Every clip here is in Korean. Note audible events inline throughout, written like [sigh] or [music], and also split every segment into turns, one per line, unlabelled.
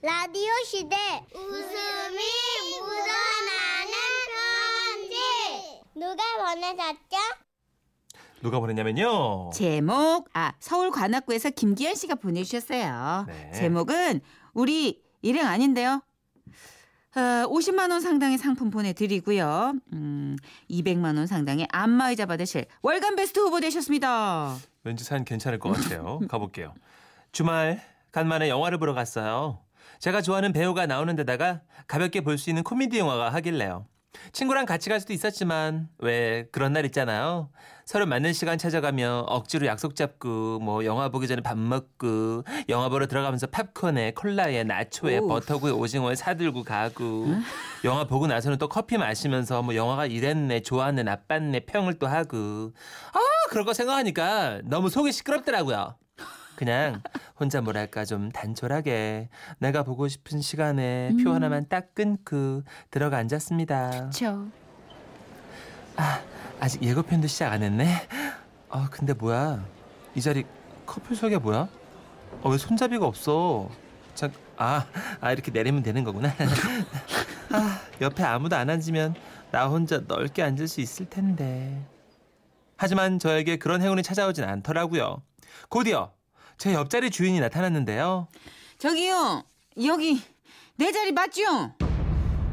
라디오 시대 웃음이 묻어나는 편지 누가 보내셨죠?
누가 보냈냐면요.
제목 아 서울 관악구에서 김기현 씨가 보내주셨어요.
네.
제목은 우리 일행 아닌데요. 어, 50만 원 상당의 상품 보내드리고요. 음, 200만 원 상당의 안마의자 받으실 월간 베스트 후보 되셨습니다.
왠지 사연 괜찮을 것 같아요. 가볼게요. 주말 간만에 영화를 보러 갔어요. 제가 좋아하는 배우가 나오는 데다가 가볍게 볼 수 있는 코미디 영화가 하길래요. 친구랑 같이 갈 수도 있었지만 왜 그런 날 있잖아요. 서로 맞는 시간 찾아가며 억지로 약속 잡고 뭐 영화 보기 전에 밥 먹고 영화 보러 들어가면서 팝콘에 콜라에 나초에
오우.
버터구에 오징어에 사들고 가고 영화 보고 나서는 또 커피 마시면서 뭐 영화가 이랬네 좋았네 나빴네 평을 또 하고 아 그럴 거 생각하니까 너무 속이 시끄럽더라고요. 그냥 혼자 뭐랄까 좀 단촐하게 내가 보고 싶은 시간에 표 하나만 딱 끊고 들어가 앉았습니다.
그렇죠.
아, 아직 예고편도 시작 안 했네. 아, 근데 뭐야? 이 자리 커플 소개 뭐야? 아, 왜 손잡이가 없어? 참, 아, 아 이렇게 내리면 되는 거구나. [laughs] 아, 옆에 아무도 안 앉으면 나 혼자 넓게 앉을 수 있을 텐데. 하지만 저에게 그런 행운이 찾아오진 않더라고요. 곧이어 제 옆자리 주인이 나타났는데요.
저기요 여기 내 자리 맞죠?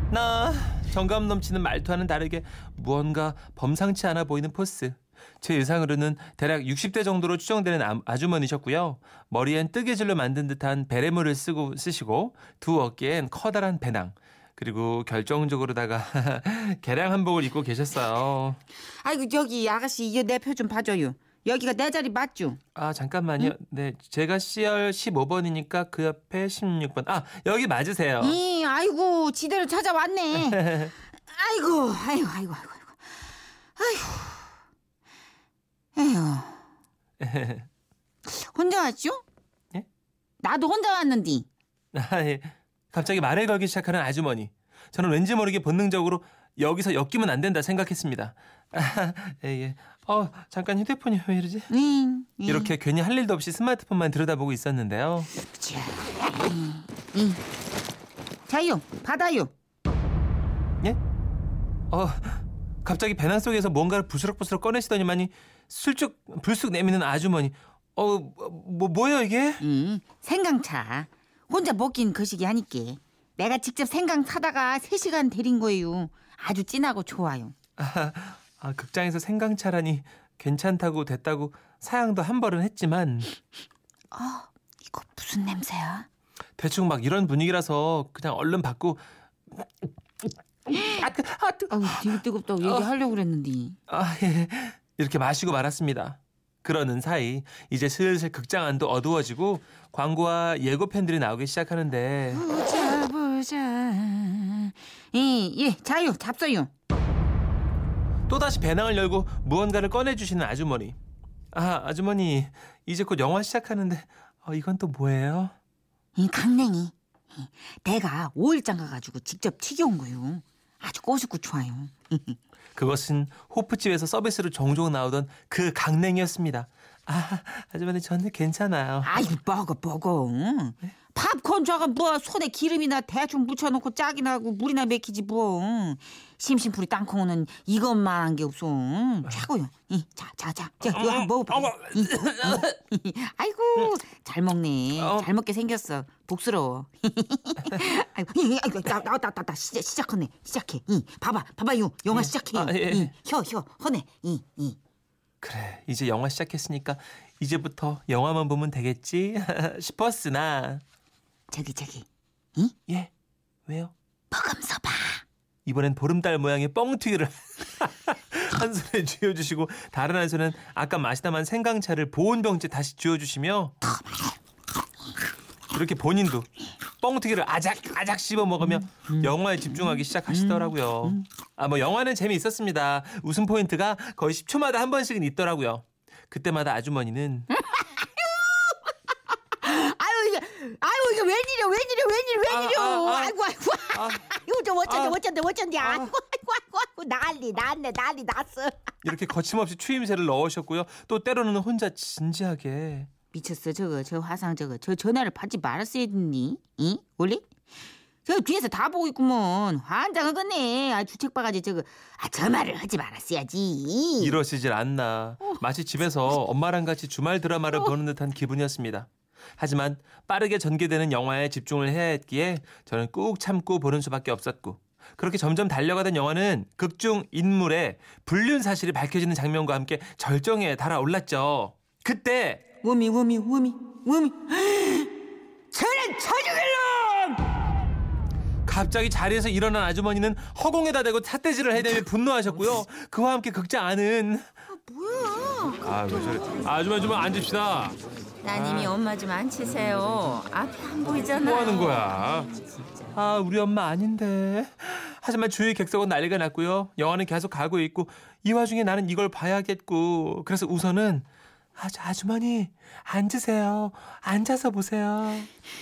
나 정감 넘치는 말투와는 다르게 무언가 범상치 않아 보이는 포스. 제 예상으로는 대략 60대 정도로 추정되는 아- 아주머니셨고요. 머리엔 뜨개질로 만든 듯한 베레모를 쓰고 쓰시고 두 어깨엔 커다란 배낭 그리고 결정적으로다가 [laughs] 개량 한복을 입고 계셨어요.
아이고 여기 아가씨 이 내 표 좀 봐줘요. 여기가 내 자리 맞죠?
아 잠깐만요. 네, 제가 CR 15번이니까 그 옆에 16번. 아 여기 맞으세요.
이 아이고 지대로
[laughs]
찾아왔네. 아이고 아이고 아이고 아이고 아이고 아이고 에휴
[laughs]
혼자 왔죠?
예?
나도 혼자 왔는데
[laughs] 아, 예. 갑자기 말을 걸기 시작하는 아주머니. 저는 왠지 모르게 본능적으로 여기서 엮이면 안 된다 생각했습니다. [laughs] 아, 예, 예. 어, 잠깐 휴대폰이 왜 이러지?
응, 응.
이렇게 괜히 할 일도 없이 스마트폰만 들여다보고 있었는데요.
자, 응, 응. 자요 받아요
예? 어, 갑자기 배낭 속에서 뭔가를 부스럭부스럭 꺼내시더니만이 슬쩍 불쑥 내미는 아주머니. 어, 뭐 뭐예요 이게?
응, 생강차 혼자 먹긴 거시기 하니께 내가 직접 생강 사다가 3시간 데린 거예요 아주 진하고 좋아요
아, 아, 극장에서 생강차라니 괜찮다고 됐다고 사양도 한 벌은 했지만
이거 무슨 냄새야?
대충 막 이런 분위기라서 그냥 얼른 받고 아, 뜨, 아, 뜨,
아우 되게 뜨겁다고 얘기하려고 그랬는데
아, 예. 이렇게 마시고 말았습니다. 그러는 사이 이제 슬슬 극장 안도 어두워지고 광고와 예고편들이 나오기 시작하는데
보자 보자 예예 자요 잡숴요
또다시 배낭을 열고 무언가를 꺼내주시는 아주머니 아 아주머니 이제 곧 영화 시작하는데 어, 이건 또 뭐예요?
이 강냉이 예, 내가 5일장 가가지고 직접 튀겨온 거요 아주 꼬집고 좋아요
그것은 호프집에서 서비스로 종종 나오던 그 강냉이였습니다 아 아주머니 저는 괜찮아요
아이고 먹어 먹어
네?
팝콘 저거 뭐 손에 기름이나 대충 묻혀놓고 짝이 나고 물이나 맥히지 뭐 심심풀이 땅콩은 이것만 한 게 없어
아.
최고요 자자자 이거 한번 먹어봐 이, 어, 이. 아이고 잘 먹네
어.
잘 먹게 생겼어 복스러워 [laughs] 아이고 이, 아이고 나, 나왔다 나왔다 시작, 시작하네 시작해 이, 봐봐 봐봐요 영화 시작해요
아, 예.
이, 혀, 혀 허네 이, 이.
그래 이제 영화 시작했으니까 이제부터 영화만 보면 되겠지 [laughs] 싶었으나
저기 저기
예 왜요
먹음서 봐
이번엔 보름달 모양의 뻥튀기를 [laughs] 한 손에 쥐어주시고 다른 한 손은 아까 마시다만 생강차를 보온병째 다시 쥐어주시며 이렇게 본인도 뻥튀기를 아작 아작 씹어 먹으며 영화에 집중하기 시작하시더라고요. 아 뭐 영화는 재미 있었습니다. 웃음 포인트가 거의 10초마다 한 번씩은 있더라고요. 그때마다 아주머니는
아유 이게 아유 이게 웬일이야 웬일이야 웬일 웬일이야
아, 아, 아.
아, 이고 아이고
아,
[laughs] 아이고 저
아.
어쩐데 어쩐데 어쩐데
아.
아이고 아이고 아이고 아이고 난리 났네 난리 났어
이렇게 거침없이 추임새를 넣으셨고요. 또 때로는 혼자 진지하게
미쳤어 저거 저 화상 저거 저 전화를 받지 말았어야 했니? 이 원래? 저 뒤에서 다 보고 있구먼 환장하겠네 아 주책바가지 저거 아 저 말을 하지 말았어야지
이러시질 않나. 마치 집에서 엄마랑 같이 주말 드라마를 보는 듯한 기분이었습니다. 하지만 빠르게 전개되는 영화에 집중을 해야 했기에 저는 꾹 참고 보는 수밖에 없었고 그렇게 점점 달려가던 영화는 극중 인물의 불륜 사실이 밝혀지는 장면과 함께 절정에 달아올랐죠. 그때
워미 워미 워미 워미 [gasps] 저는 저주길놈
갑자기 자리에서 일어난 아주머니는 허공에다 대고 삿대질을 해대며 분노하셨고요. 그와 함께 극장 안은 아, 왜 저래. 아줌마 좀 앉읍시다.
아.
따님이 엄마 좀 앉히세요 앞이 안 보이잖아
뭐 하는 거야? 아, 우리 엄마 아닌데. 하지만 주위 객석은 난리가 났고요. 영화는 계속 가고 있고 이 와중에 나는 이걸 봐야겠고. 그래서 우선은 아, 저 아주머니 앉으세요. 앉아서 보세요.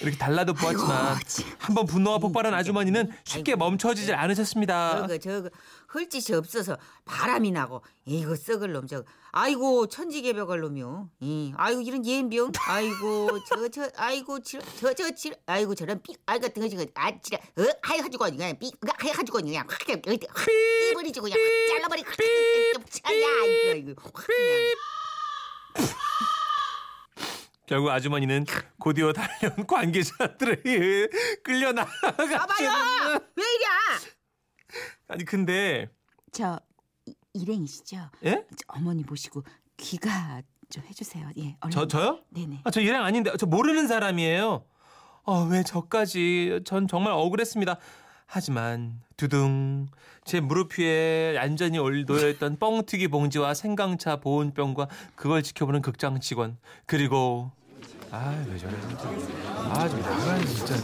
이렇게 달라도 보았지만
아이고, 참.
한 번 분노가 폭발한 아주머니는 쉽게 멈춰지질 않으셨습니다.
저거 저거 헐짓이 없어서 바람이 나고 이거 썩을 놈 저거 아이고 천지개벽할 놈이요 이 아이고 이런 예병 아이고 저 저 아이고 저저질 아이고 저런 삐 아이 같은 거 지금 아지라 어 하이 가지고 그냥 삐 그거 하이 가지고 그냥 확 그냥 어디 확 떼버리지고 그냥 확 잘라버리고 야 이거 이거 확 그냥
결국 아주머니는 곧이어 달려온 관계자들에 의해 [laughs] 끌려
봐봐요
나가죠.
왜 이래
아니 근데
저 이- 일행이시죠?
예?
저 어머니 보시고 귀가 좀 해주세요. 예, 얼른.
저 저요?
네네.
아, 저 일행 아닌데 저 모르는 사람이에요. 어, 왜 저까지? 전 정말 억울했습니다. 하지만 두둥 제 무릎 위에 얌전히 올- 놓여있던 뻥튀기 봉지와 생강차 보온병과 그걸 지켜보는 극장 직원 그리고 아 왜 저래 진짜 아좀 나가야 진짜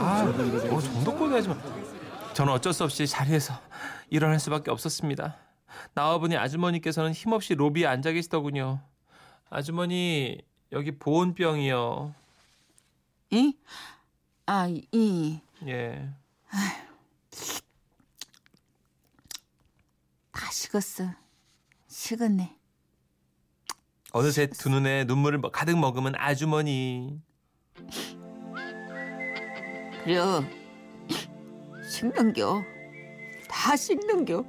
아뭐 정도까지 하지 마 저는 어쩔 수 없이 자리에서 일어날 수밖에 없었습니다 나와보니 아주머니께서는 힘없이 로비에 앉아 계시더군요 아주머니 여기 보온병이요.
예? 아, 이
예.
다 식었어. 식었네.
어느새 두 눈에 눈물을 뭐 가득 머금은 아주머니.
그래. 식는겨. 다 식는겨.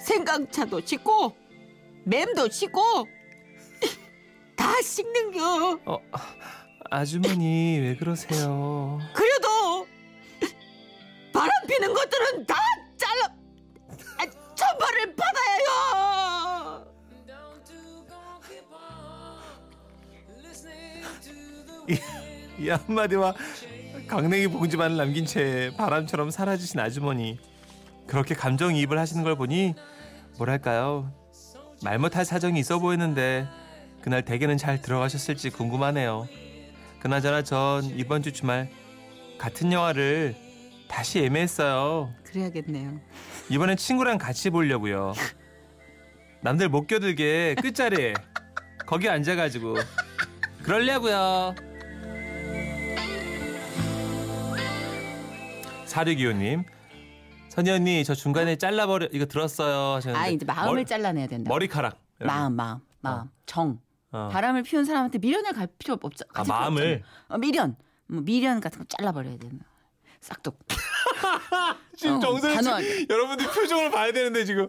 생강차도 식고 맴도 식고 다 식는겨.
어 아주머니 왜 그러세요?
그래도 바람 피는 것들은 다 잘라 아, 천벌을 받아야 해요.
이, 이 한마디와 강냉이 봉지만을 남긴 채 바람처럼 사라지신 아주머니. 그렇게 감정이입을 하시는 걸 보니 뭐랄까요? 말 못할 사정이 있어 보이는데 그날 대개는 잘 들어가셨을지 궁금하네요. 그나저나 전 이번 주 주말 같은 영화를 다시 예매했어요.
그래야겠네요.
이번엔 친구랑 같이 보려고요. 남들 못 껴들게 끝자리에 거기 앉아가지고 그러려고요. 사류기호님, 선희 언니 저 중간에 잘라버려 이거 들었어요 하셨는데
아 이제 마음을
머리-
잘라내야 된다.
머리카락
마음
어.
마음 마음 정
어.
바람을 피운 사람한테 미련을 갈 필요 없죠.
아, 마음을?
어, 미련 뭐 미련 같은 거 잘라버려야 되는 싹둑.
지금
어,
정선이
단호하게.
여러분들 표정을 봐야 되는데 지금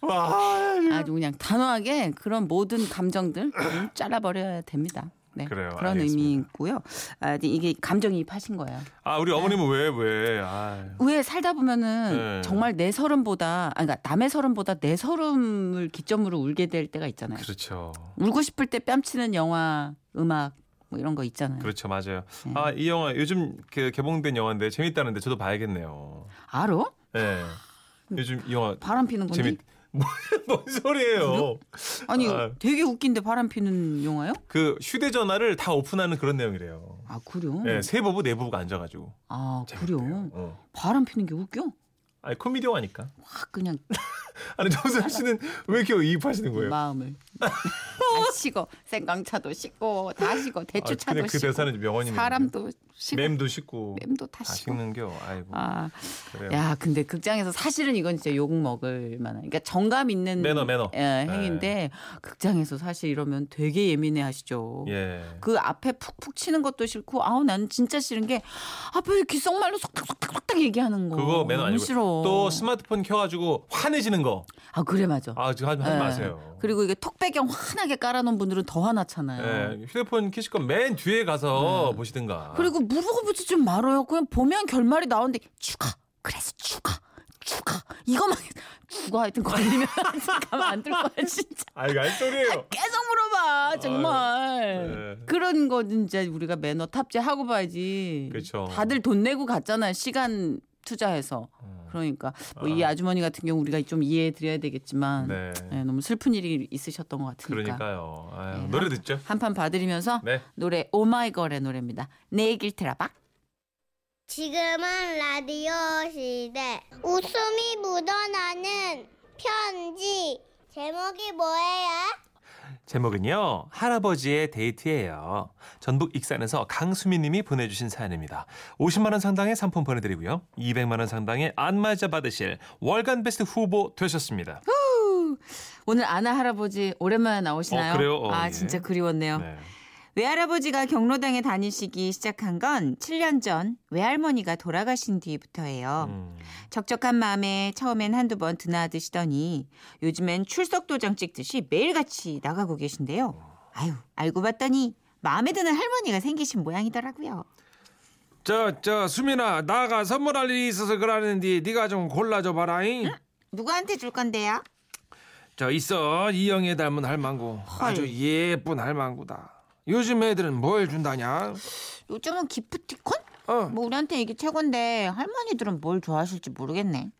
와
아주 그냥 단호하게 그런 모든 감정들 음, 잘라버려야 됩니다. 네,
그래요.
그런
알겠습니다.
의미 있고요. 아, 이제 이게 감정이입하신 거예요.
아 우리 어머님은 왜왜 아.
왜 살다 보면은
네.
정말 내 서름보다 아니, 그러니까 남의 서름보다 내 서름을 기점으로 울게 될 때가 있잖아요.
그렇죠.
울고 싶을 때 뺨치는 영화, 음악 뭐 이런 거 있잖아요.
그렇죠, 맞아요. 아, 이 영화 요즘 그 개봉된 영화인데 재밌다는데 저도 봐야겠네요.
알아?
예. 요즘 이 영화
바람 피는 건데.
재밌 뭐- [laughs] 뭔 소리예요?
아니
아.
되게 웃긴데 바람 피는 영화요?
그 휴대전화를 다 오픈하는 그런 내용이래요.
아 그래요?
예, 세 부부 네 부부가 앉아가지고.
아 그래요?
재밌대요. 어.
바람 피는 게 웃겨?
아니 코미디 영화니까.
확 그냥
아니 정선 씨는 왜 이렇게 이입하시는 거예요? [laughs]
마음을 다 식어 생강차도 식고 다 식어
아,
대추차도
근데 그
식고
대사는 명언이네요. 아,
사람도
식고
맴도 식고
맴도 다
다
식고.
식는겨. 아이고
아,
그래요.
야, 근데 극장에서 사실은 이건 진짜 욕 먹을 만한. 그러니까 정감 있는
매너, 네. 매너.
예, 행인데 극장에서 사실 이러면 되게 예민해 하시죠.
예.
그 앞에 푹푹 치는 것도 싫고 아우 난 진짜 싫은 게 앞에 귓속말로 속닥속닥속닥 얘기하는 거.
그거 매너
너무
아니고
싫어.
또 스마트폰 켜가지고 화내지는 거.
아, 그래 맞아.
아 지금 하지, 하지
네.
예.
마세요.
그리고 이게 턱 배경 환하게 깔아놓은 분들은 더 화나잖아요.
예, 휴대폰 키실 건맨 뒤에 가서 보시든가.
그리고 물어보지 좀 말아요. 그냥 보면 결말이 나오는데 추가. 그래서 추가. 추가. 이거만 [laughs] 추가 하여튼 걸리면 [laughs] 가만 안될 거야 진짜.
아이고 알 소리예요.
[laughs]
계속 물어봐 정말.
네.
그런 거 진짜 우리가 매너 탑재하고 봐야지.
그쵸.
다들 돈 내고 갔잖아요. 시간 투자해서. 그러니까 뭐 이
음. 아.
아주머니 같은 경우 우리가 좀 이해해 드려야 되겠지만
네.
네, 너무 슬픈 일이 있으셨던 것 같으니까.
그러니까요. 아유,
네.
노래 듣죠.
한판 봐드리면서
네.
노래 오마이걸의 노래입니다. 내 얘길 들어봐.
지금은 라디오 시대. 웃음이 묻어나는 편지. 제목이 뭐예요?
제목은요 할아버지의 데이트예요 전북 익산에서 강수미 님이 보내주신 사연입니다 50만 원 상당의 상품 보내드리고요 200만 원 상당의 안마자 받으실 월간 베스트 후보 되셨습니다
오늘 아나 할아버지 오랜만에 나오시나요?
어, 그래요? 어,
아
예.
진짜 그리웠네요.
네.
외할아버지가 경로당에 다니시기 시작한 건 7년 전 외할머니가 돌아가신 뒤부터예요.
음,
적적한 마음에 처음엔 한두 번 드나드시더니 요즘엔 출석도장 찍듯이 매일같이 나가고 계신데요. 아유, 알고 봤더니 마음에 드는 할머니가 생기신 모양이더라고요.
저, 저, 수민아, 나가 선물할 일이 있어서 그러는데 네가 좀 골라줘 봐라잉.
누구한테 줄 건데요?
저 있어, 이영애 닮은 할망구. 아주 예쁜 할망구다. 요즘 애들은 뭘 준다냐?
요즘은 기프티콘?
어,
뭐 우리한테 이게 최고인데 할머니들은 뭘 좋아하실지 모르겠네.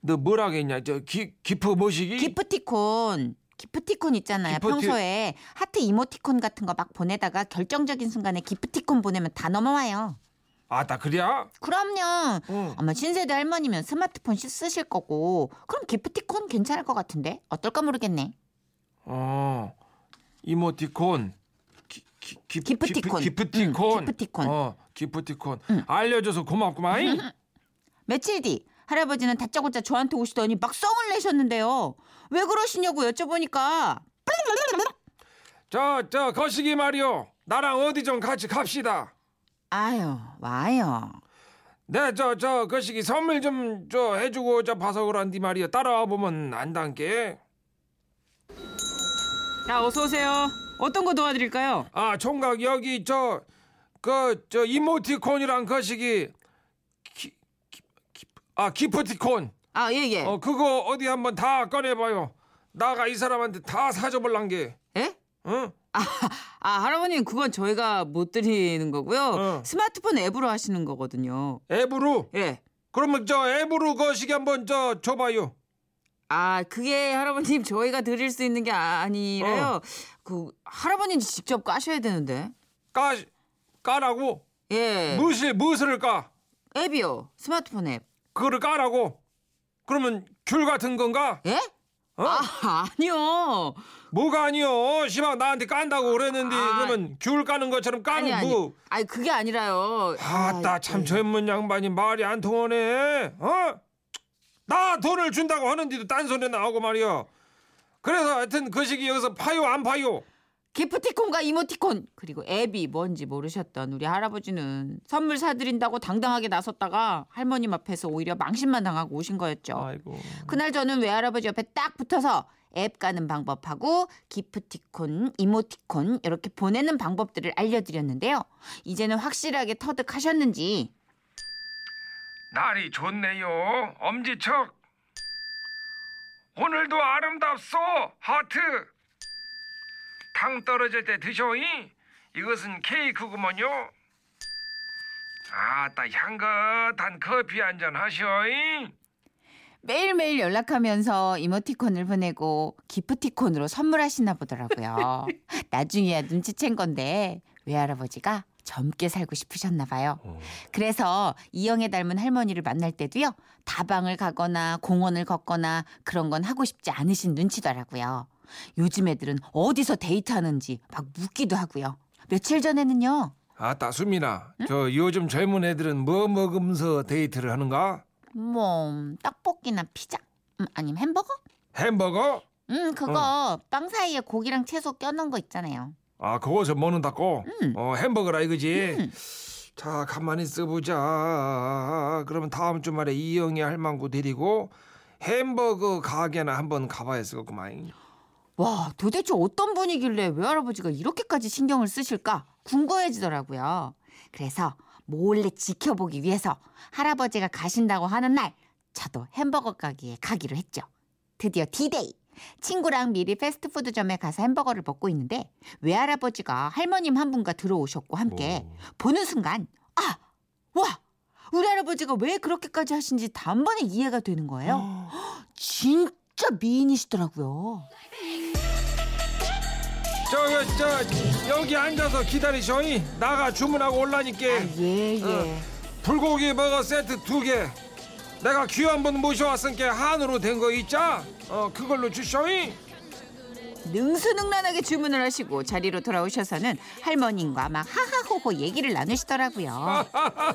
너 뭐라겠냐? 저 기, 기프 모시기?
기프티콘. 기프티콘 있잖아요.
기프티-
평소에 하트 이모티콘 같은 거 막 보내다가 결정적인 순간에 기프티콘 보내면 다 넘어와요.
아, 다 그래야?
그럼요.
응.
아마 신세대 할머니면 스마트폰 시- 쓰실 거고 그럼 기프티콘 괜찮을 것 같은데 어떨까 모르겠네.
어, 이모티콘. 기, 기, 기,
기프티콘.
기, 프티콘
응, 기프티콘.
어, 기프티콘. 알려줘서 고맙구만.
며칠 뒤 할아버지는 다짜고짜 저한테 오시더니 막 성을 내셨는데요. 왜 그러시냐고 여쭤보니까
저, 저, 거시기 말이요. 나랑 어디 좀 같이 갑시다.
아유 와요.
네, 저, 저, 그 시기 선물 좀 저 해주고 저 봐서 그런디 말이야. 따라와 보면 안 당게.
아, 어서 오세요. 어떤 거 도와드릴까요?
아, 총각 여기 저, 그, 저 이모티콘이랑 그 시기, 기, 기- 기- 아, 기프티콘.
아 예예.
네.
어, 그거 어디 한번 다 꺼내봐요. 나가 이 사람한테 다 사줘볼란 게.
에?
응?
예? 아, 할아버님 그건 저희가 못 드리는 거고요.
어.
스마트폰 앱으로 하시는 거거든요.
앱으로?
예.
그러면 저 앱으로 그 시기 한번 저 줘봐요.
아, 그게 할아버님 저희가 드릴 수 있는 게 아- 아니라요. 그 할아버님 직접 까셔야 되는데.
까, 까라고?
예.
무엇을, 무엇을 까?
앱이요. 스마트폰 앱.
그거를 까라고? 그러면 귤 같은 건가?
예?
어?
아, 아니요.
뭐가 아니요? 시방 나한테 깐다고 그랬는데
아.
그러면 귤 까는 것처럼
아니
까는
아니.
뭐?
아니 그게 아니라요. 예.
아따 참 젊은 양반이 말이 안 통하네. 어? 나 돈을 준다고 하는데도 딴소리 나오고 말이야. 그래서 하여튼 그 시기 여기서 파요 안 파요?
기프티콘과 이모티콘 그리고 앱이 뭔지 모르셨던 우리 할아버지는 선물 사드린다고 당당하게 나섰다가 할머님 앞에서 오히려 망신만 당하고 오신 거였죠.
아이고
그날 저는 외할아버지 옆에 딱 붙어서 앱 까는 방법하고 기프티콘, 이모티콘 이렇게 보내는 방법들을 알려드렸는데요. 이제는 확실하게 터득하셨는지
날이 좋네요. 엄지척. 오늘도 아름답소 하트. 당 떨어질 때 드셔이. 이것은 케이크구먼요. 아따 향긋한 커피 한 잔 하셔이.
매일매일 연락하면서 이모티콘을 보내고 기프티콘으로 선물하시나 보더라고요. 나중에야 눈치챈 건데 외할아버지가 젊게 살고 싶으셨나 봐요. 그래서 이영애 닮은 할머니를 만날 때도요. 다방을 가거나 공원을 걷거나 그런 건 하고 싶지 않으신 눈치더라고요. 요즘 애들은 어디서 데이트하는지 막 묻기도 하고요. 며칠 전에는요.
아따 수민아 저 요즘 젊은 애들은 뭐 먹으면서 데이트를 하는가?
뭐 떡볶이나 피자? 음, 아니면 햄버거?
햄버거?
음 그거 빵 사이에 고기랑 채소 껴놓은 거 있잖아요.
아 그거 저 먹는다고? 어 햄버거라 이거지? 자 가만히 써보자 그러면 다음 주말에 이영이 할망구 데리고 햄버거 가게나 한번 가봐야 쓰겠구만
와 도대체 어떤 분이길래 외할아버지가 이렇게까지 신경을 쓰실까 궁금해지더라고요. 그래서 몰래 지켜보기 위해서 할아버지가 가신다고 하는 날 저도 햄버거 가게에 가기로 했죠. 드디어 디데이. 친구랑 미리 패스트푸드점에 가서 햄버거를 먹고 있는데 외할아버지가 할머님 한 분과 들어오셨고 함께 보는 순간 아! 와! 우리 할아버지가 왜 그렇게까지 하신지 단번에 이해가 되는 거예요.
어.
진짜 미인이시더라고요.
저저 저, 여기 앉아서 기다리셔이 나가 주문하고 올라니까
예, 예.
불고기 버거 세트 두 개. 내가 귀한 분 모셔왔으니까 한우로 된 거 있자. 어 그걸로 주셔이.
능수능란하게 주문을 하시고 자리로 돌아오셔서는 할머님과 막 하하호호 얘기를
아.
나누시더라고요.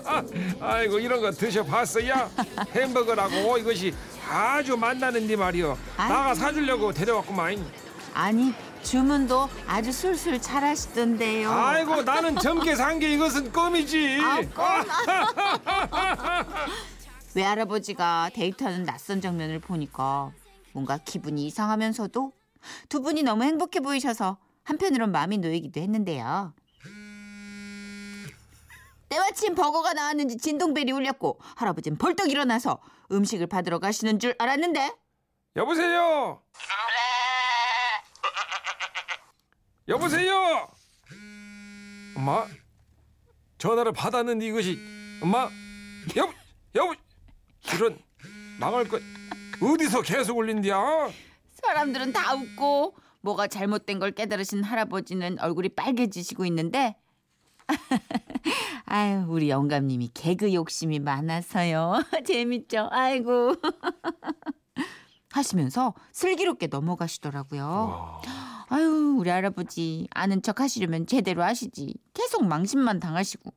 [laughs] 아이고 이런 거 드셔봤어야 햄버거라고 이것이 아주 만나는데 네 말이요. 나가 사주려고 데려왔구만.
아니 주문도 아주 술술
어.
잘하시던데요.
아이고 나는 젊게 산 게 이것은 껌이지.
외할아버지가 데이트하는 낯선 장면을 보니까 뭔가 기분이 이상하면서도 두 분이 너무 행복해 보이셔서 한편으론 마음이 놓이기도 했는데요. 때마침 버거가 나왔는지 진동벨이 울렸고 할아버지는 벌떡 일어나서 음식을 받으러 가시는 줄 알았는데
[laughs] 여보세요. 여보세요. 엄마 전화를 받았는데 이것이 엄마 여보 여보 이런 망할 것 어디서 계속 울린디야?
사람들은 다 웃고 뭐가 잘못된 걸 깨달으신 할아버지는 얼굴이 빨개지시고 있는데 [laughs] 아유 우리 영감님이 개그 욕심이 많아서요 [laughs] 재밌죠 아이고 [laughs] 하시면서 슬기롭게 넘어가시더라고요 아유 우리 할아버지 아는 척 하시려면 제대로 하시지 계속 망신만 당하시고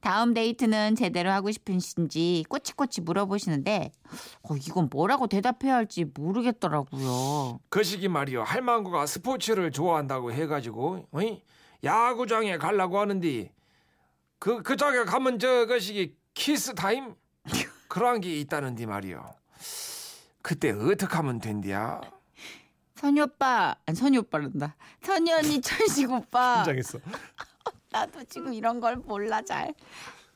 다음 데이트는 제대로 하고 싶으신지 꼬치꼬치 물어보시는데 어, 이건 뭐라고 대답해야 할지 모르겠더라고요.
그 시기 말이요 할망구가 스포츠를 좋아한다고 해가지고 어이? 야구장에 가려고 하는데 그 그쪽에 가면 저그 시기 키스 타임 그런 게 있다는데 말이요 그때 어떻게 하면 된디야?
선이 오빠, 아니 선이 오빠란다. 선이 언니
[laughs]
천식 오빠.
긴장했어.
나도 지금 이런 걸 몰라 잘.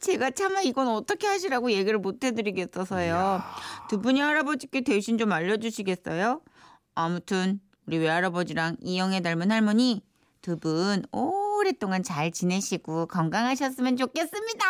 제가 차마 이건 어떻게 하시라고 얘기를 못 해드리겠어서요. 두 분이 할아버지께 대신 좀 알려주시겠어요? 아무튼 우리 외할아버지랑 이영애 닮은 할머니 두 분 오랫동안 잘 지내시고 건강하셨으면 좋겠습니다.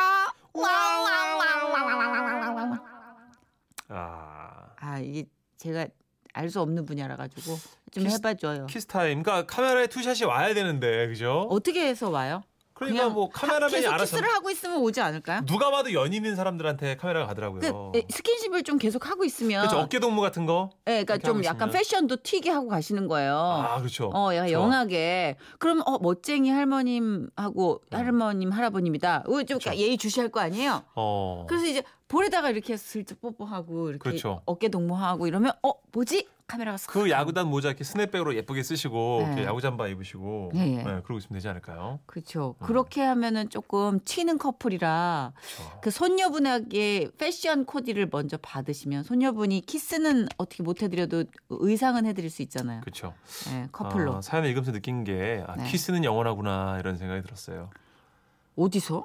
아
아 이게 제가 알 수 없는 분야라 가지고 좀 해봐줘요.
키스 타임. 그러니까 카메라에 투샷이 와야 되는데 그죠?
어떻게 해서 와요?
그러니까
그냥
뭐 카메라맨이
계속
알아서
키스를 하고 있으면 오지 않을까요?
누가 봐도 연인인 사람들한테 카메라가 가더라고요.
그 에, 스킨십을 좀 계속 하고 있으면
그렇죠. 어깨 동무 같은 거.
예, 그러니까
이렇게 하고
좀 약간
있으면.
패션도 튀게 하고 가시는 거예요.
아 그렇죠.
어, 야,
좋아.
영하게. 그럼 어 멋쟁이 할머님하고 할머님 할아버님이다. 어, 좀
음. 그쵸.
예의 주시할 거 아니에요.
어.
그래서 이제 볼에다가 이렇게 해서 슬쩍 뽀뽀하고 이렇게
그렇죠.
어깨 동무하고 이러면 어 뭐지? 카메라가 슥
그 야구단 모자 이렇게 스냅백으로 예쁘게 쓰시고
네.
이렇게 야구 잠바 입으시고
예, 예.
네, 그러고 있으면 되지 않을까요?
그렇죠.
음.
그렇게 하면은 조금 튀는 커플이라
그렇죠.
그 손녀분에게 패션 코디를 먼저 받으시면 손녀분이 키스는 어떻게 못 해드려도 의상은 해드릴 수 있잖아요.
그렇죠.
예, 커플로
아, 사연을 읽으면서 느낀 게 아,
네.
키스는 영원하구나 이런 생각이 들었어요. [laughs]
어디서?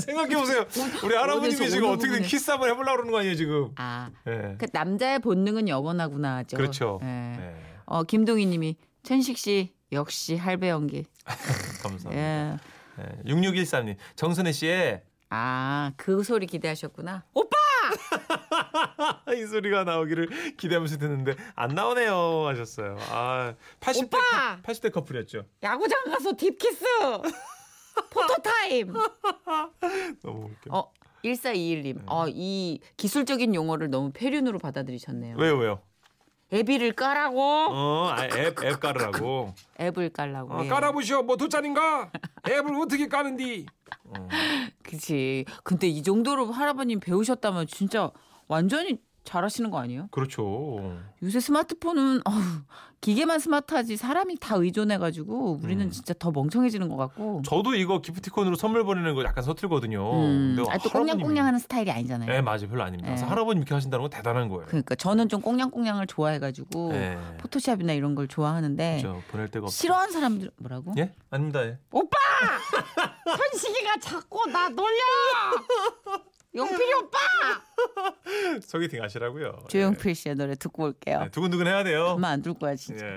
생각해 보세요. [laughs] 우리
어디서
할아버님이 지금
어느
어떻게든
부분에-
키스 한번 해보려고 그러는 거 아니에요 지금?
아,
예.
그 남자의 본능은 영원하구나죠.
그렇죠.
예.
네.
어 김동희님이 천식 씨 역시 할배 연기.
감사합니다.
예.
예. 6613님 정선혜 씨의
아, 그 소리 기대하셨구나. 오빠!
[laughs] 이 소리가 나오기를 기대하면서 듣는데 안 나오네요 하셨어요. 아 80대
오빠!
80대 커플이었죠.
야구장 가서
[laughs]
딥키스! 포토타임!
너무 웃겨.
어,
네.
1421님. 어, 이 기술적인 용어를 너무 폐륜으로 받아들이셨네요.
왜요 왜요?
애비를 까라고
어, 아, 앱, 앱 깔으라고.
앱을 깔라고
어,
예.
깔아보시오. 뭐 돗자리인가? 앱을 어떻게 까는디?
그치 근데 이 정도로 할아버님 배우셨다면 진짜 완전히 잘하시는 거 아니에요?
그렇죠.
요새 스마트폰은 [laughs] 어휴, 기계만 스마트하지 사람이 다 의존해가지고 우리는
음.
진짜 더 멍청해지는 것 같고
저도 이거 기프티콘으로 선물 보내는 거 약간 서툴거든요.
음,
근데
아, 또
할아버님이-
꽁냥꽁냥하는 스타일이 아니잖아요.
예, 맞아요. 별로 아닙니다. 그래서
예.
할아버님 이렇게 하신다는 건 대단한 거예요.
그러니까 저는 좀 꽁냥꽁냥을 좋아해가지고
예.
포토샵이나 이런 걸 좋아하는데
그렇죠. 보낼 데가 없.
싫어하는 사람들 뭐라고?
예? 아닙니다. 예.
[laughs] 현식이가 자꾸 나 놀려. 용필이 오빠.
소개팅 하시라고요.
조용필 씨의 노래 듣고 올게요.
예. 두근두근 해야 돼요.
엄마 안 둘 거야 진짜.
예.